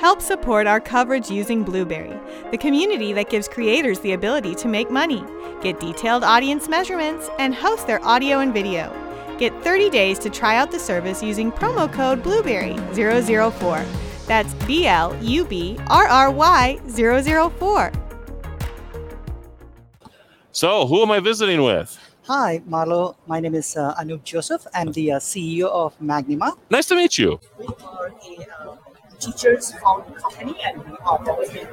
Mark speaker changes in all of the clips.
Speaker 1: Help support our coverage using Blueberry, the community that gives creators the ability to make money, get detailed audience measurements, and host their audio and video. Get 30 days to try out the service using promo code Blueberry004. That's B L U B R R Y 004.
Speaker 2: So, who am I visiting with?
Speaker 3: Hi, Marlo. My name is uh, Anup Joseph. I'm the uh,
Speaker 4: E
Speaker 3: CEO of Magnima.
Speaker 2: Nice to meet you.
Speaker 4: we are a uh, teachers found company and we are developing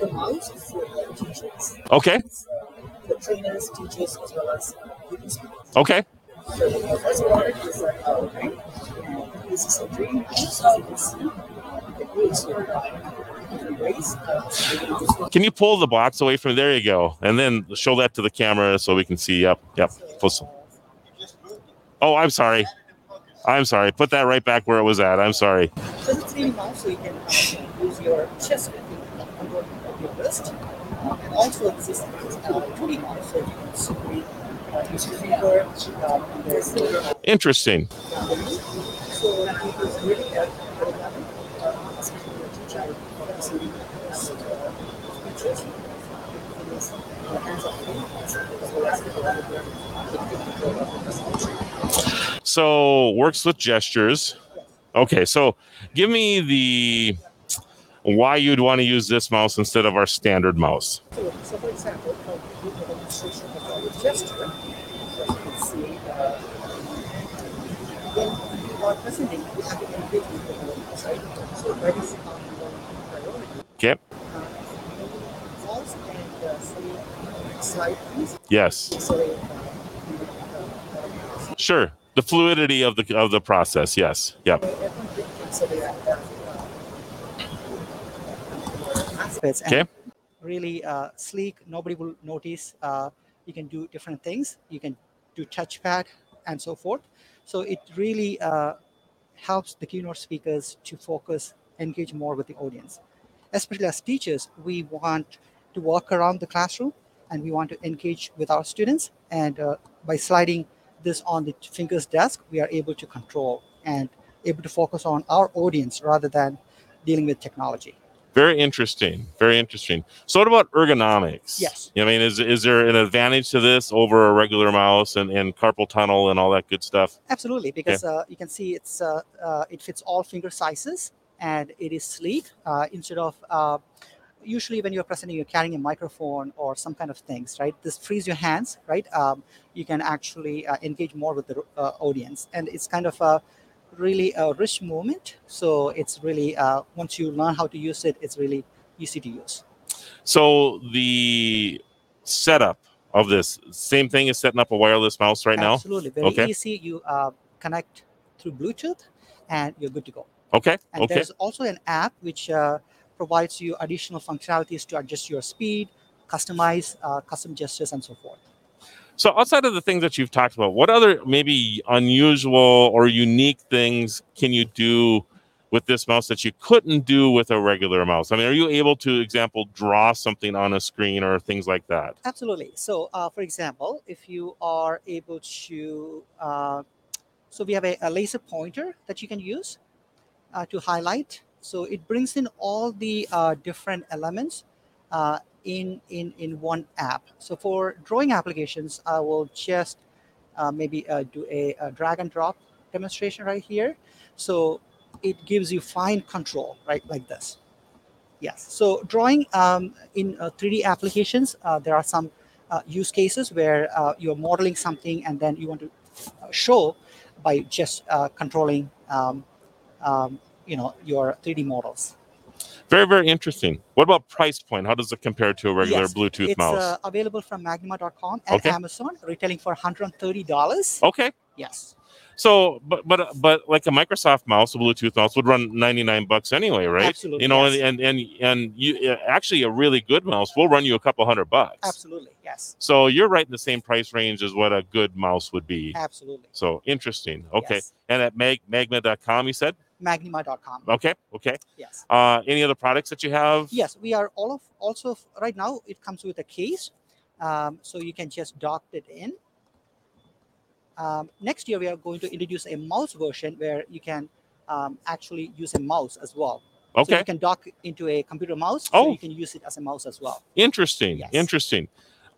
Speaker 4: the mind for the teachers.
Speaker 2: Okay.
Speaker 4: The trainers, teachers, as well as the students.
Speaker 2: Okay.
Speaker 4: So the first one is like our bank. And This is a dream. So you can see the rules here by different ways. Uh,
Speaker 2: Can you pull the box away from there? You go, and then show that to the camera so we can see. Yep, yep. Close. Oh, I'm sorry. I'm sorry. Put that right back where it was at. I'm sorry.
Speaker 4: So it's really nice so you can uh, use your chest and your, your wrist. Uh, and also this is uh, truly nice so you can simply uh, use your finger uh, and there's uh,
Speaker 2: Interesting.
Speaker 4: So it was really helpful for them, uh, especially the teacher, focusing on the teachers. It was, uh, hands-on thing, as well as the collaborative, uh, technical, uh,
Speaker 2: So works with gestures. Okay, so give me the why you'd want to use this mouse instead of our standard mouse.
Speaker 4: So, so for example, how we do the demonstration of our gesture, as you can see, uh, when uh, you are presenting, you have to engage with the audience, right? So that is how you want to priority.
Speaker 2: Okay.
Speaker 4: Uh, when you pause and uh, say, next slide please,
Speaker 2: Yes.
Speaker 4: sorry, uh,
Speaker 2: Sure. The fluidity of the of the process. Yes. Yep.
Speaker 4: everyone thinks of that. uh,
Speaker 3: Aspects and
Speaker 2: Okay.
Speaker 3: really uh, sleek. Nobody will notice. Uh, you can do different things. You can do touchpad and so forth. So it really uh, helps the keynote speakers to focus, engage more with the audience. Especially as teachers, we want to walk around the classroom and we want to engage with our students. And uh, by sliding this on the fingers desk, we are able to control and able to focus on our audience rather than dealing with technology.
Speaker 2: Very interesting. Very interesting. So, what about ergonomics?
Speaker 3: Yes.
Speaker 2: I mean, is is there an advantage to this over a regular mouse and, and carpal tunnel and all that good stuff?
Speaker 3: Absolutely, because uh, you can see it's uh, uh, it fits all finger sizes and it is sleek. Uh, instead of uh, usually when you're presenting, you're carrying a microphone or some kind of things, right? This frees your hands, right? Um, you can actually uh, engage more with the uh, audience, and it's kind of a really a rich movement. So it's really uh, once you learn how to use it, it's really easy to use.
Speaker 2: So the setup of this same thing as setting up a wireless mouse right now.
Speaker 3: Absolutely, very
Speaker 2: Okay.
Speaker 3: easy. You uh, connect through Bluetooth, and you're good to go.
Speaker 2: Okay.
Speaker 3: And
Speaker 2: okay.
Speaker 3: there's also an app which uh, provides you additional functionalities to adjust your speed, customize uh, custom gestures, and so forth.
Speaker 2: So outside of the things that you've talked about, what other maybe unusual or unique things can you do with this mouse that you couldn't do with a regular mouse? I mean, are you able to example draw something on a screen or things like that?
Speaker 3: Absolutely. So, uh, for example, if you are able to, uh, so we have a, a laser pointer that you can use uh, to highlight. So it brings in all the uh, different elements uh, in in in one app. So for drawing applications, I will just uh, maybe uh, do a, a drag and drop demonstration right here. So it gives you fine control, right, like this. Yes. So drawing um, in uh, 3D applications, uh, there are some uh, use cases where uh, you're modeling something and then you want to uh, show by just uh, controlling, um, um, you know, your 3D models.
Speaker 2: Very, very interesting. What about price point? How does it compare to a regular
Speaker 3: Yes,
Speaker 2: Bluetooth
Speaker 3: it's
Speaker 2: mouse?
Speaker 3: Uh, available from Magnima.com and
Speaker 2: Okay.
Speaker 3: Amazon, retailing for $130.
Speaker 2: okay.
Speaker 3: Yes.
Speaker 2: So, but but but like a Microsoft mouse, a Bluetooth mouse would run ninety nine bucks anyway, right?
Speaker 3: Absolutely,
Speaker 2: You know,
Speaker 3: yes.
Speaker 2: and and and you uh, actually a really good mouse will run you a couple hundred bucks.
Speaker 3: Absolutely. Yes.
Speaker 2: So you're right in the same price range as what a good mouse would be.
Speaker 3: Absolutely.
Speaker 2: So interesting. Okay.
Speaker 3: Yes.
Speaker 2: And at mag- magna.com, you said?
Speaker 3: Magnima.com.
Speaker 2: Okay. Okay.
Speaker 3: Yes.
Speaker 2: Uh, any other products that you have?
Speaker 3: Yes, we are all of also f- right now. It comes with a case, um, so you can just dock it in. Um, next year, we are going to introduce a mouse version where you can um, actually use a mouse as well. So
Speaker 2: Okay.
Speaker 3: you can dock into a computer mouse.
Speaker 2: Oh.
Speaker 3: So you can use it as a mouse as well.
Speaker 2: Interesting.
Speaker 3: Yes.
Speaker 2: Interesting.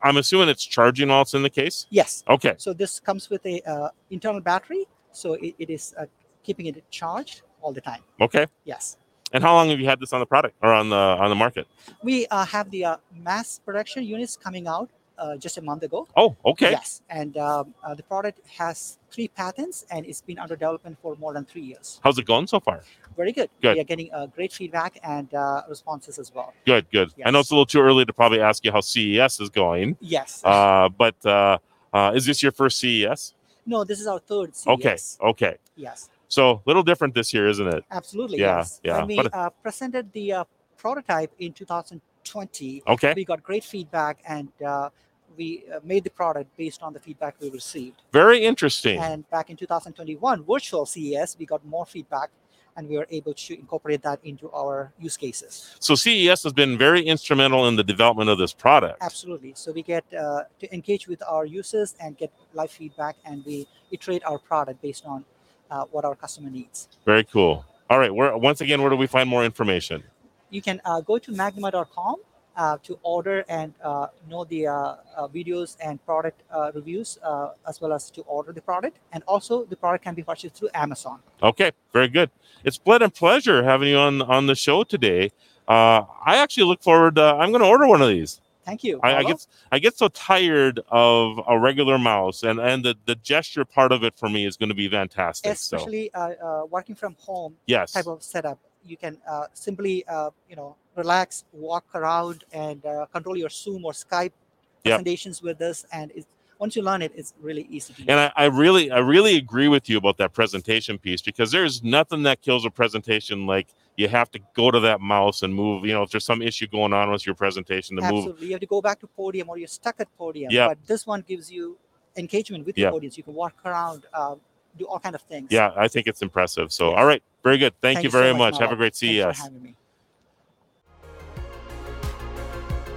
Speaker 2: I'm assuming it's charging while it's in the case.
Speaker 3: Yes.
Speaker 2: Okay.
Speaker 3: So this comes with a uh, internal battery. So it, it is uh, keeping it charged all the time.
Speaker 2: Okay.
Speaker 3: Yes.
Speaker 2: And how long have you had this on the product or on the on the market?
Speaker 3: We uh, have the uh, mass production units coming out uh, just a month ago.
Speaker 2: Oh, okay.
Speaker 3: Yes. And um, uh, the product has three patents and it's been under development for more than three years.
Speaker 2: How's it going so far?
Speaker 3: Very good.
Speaker 2: Good.
Speaker 3: We are getting uh, great feedback and uh, responses as well.
Speaker 2: Good, good. I know
Speaker 3: Yes.
Speaker 2: it's a little too early to probably ask you how CES is going,
Speaker 3: Yes.
Speaker 2: uh, but uh, uh, is this your first CES?
Speaker 3: no, this is our third. CES.
Speaker 2: Okay, okay.
Speaker 3: Yes.
Speaker 2: So a little different this year, isn't it?
Speaker 3: Absolutely.
Speaker 2: Yeah,
Speaker 3: Yes.
Speaker 2: yeah,
Speaker 3: When we
Speaker 2: but-
Speaker 3: uh, presented the uh, prototype in 2020,
Speaker 2: Okay,
Speaker 3: we got great feedback and uh, we uh, made the product based on the feedback we received.
Speaker 2: very interesting.
Speaker 3: And back in 2021, virtual CES, we got more feedback and we were able to incorporate that into our use cases.
Speaker 2: So CES has been very instrumental in the development of this product.
Speaker 3: Absolutely. So we get uh, to engage with our users and get live feedback and we iterate our product based on uh, what our customer needs.
Speaker 2: Very cool. All right, where once again, where do we find more information?
Speaker 3: you can uh, go to magma.com uh, to order and uh, know the uh, uh, videos and product uh, reviews uh, as well as to order the product and also the product can be purchased through amazon
Speaker 2: Okay, very good. It's blood and pleasure having you on on the show today. Uh, I actually look forward. Uh, I'm going to order one of these.
Speaker 3: thank you
Speaker 2: I, I
Speaker 3: Paolo.
Speaker 2: get I get so tired of a regular mouse, and and the, the gesture part of it for me is going to be fantastic. so
Speaker 3: especially uh, uh, working from home
Speaker 2: yes,
Speaker 3: type of setup you can uh, simply uh, you know relax walk around and uh, control your zoom or skype
Speaker 2: Yep.
Speaker 3: presentations with this and it's, once you learn it it's really easy to use
Speaker 2: and I, I really I really agree with you about that presentation piece because there's nothing that kills a presentation like you have to go to that mouse and move. You know, if there's some issue going on with your presentation, to move.
Speaker 3: Absolutely. You have to go back to podium or you're stuck at podium.
Speaker 2: Yeah.
Speaker 3: But this one gives you engagement with
Speaker 2: Yeah.
Speaker 3: your audience. You can walk around, uh, do all kind of things.
Speaker 2: Yeah, I think it's impressive. So all right, very good. Thank, you very
Speaker 3: so
Speaker 2: much. Have a
Speaker 3: Mala.
Speaker 2: great E
Speaker 3: Thanks
Speaker 2: CES.
Speaker 3: for having me.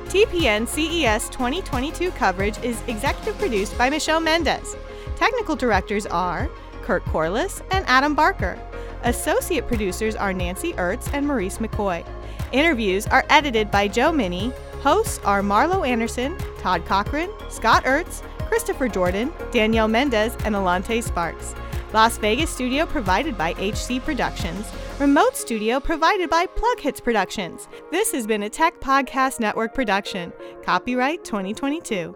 Speaker 1: TPN CES 2022 coverage is executive produced by Michelle Mendez. Technical directors are Kurt Corliss and Adam Barker. Associate producers are Nancy Ertz and Maurice McCoy. Interviews are edited by Joe Minnie. Hosts are Marlo Anderson, Todd Cochran, Scott Ertz, Christopher Jordan, Danielle Mendez, and Alante Sparks. Las Vegas studio provided by HC Productions. Remote studio provided by Plug Hits Productions. This has been a Tech Podcast Network production. Copyright 2022.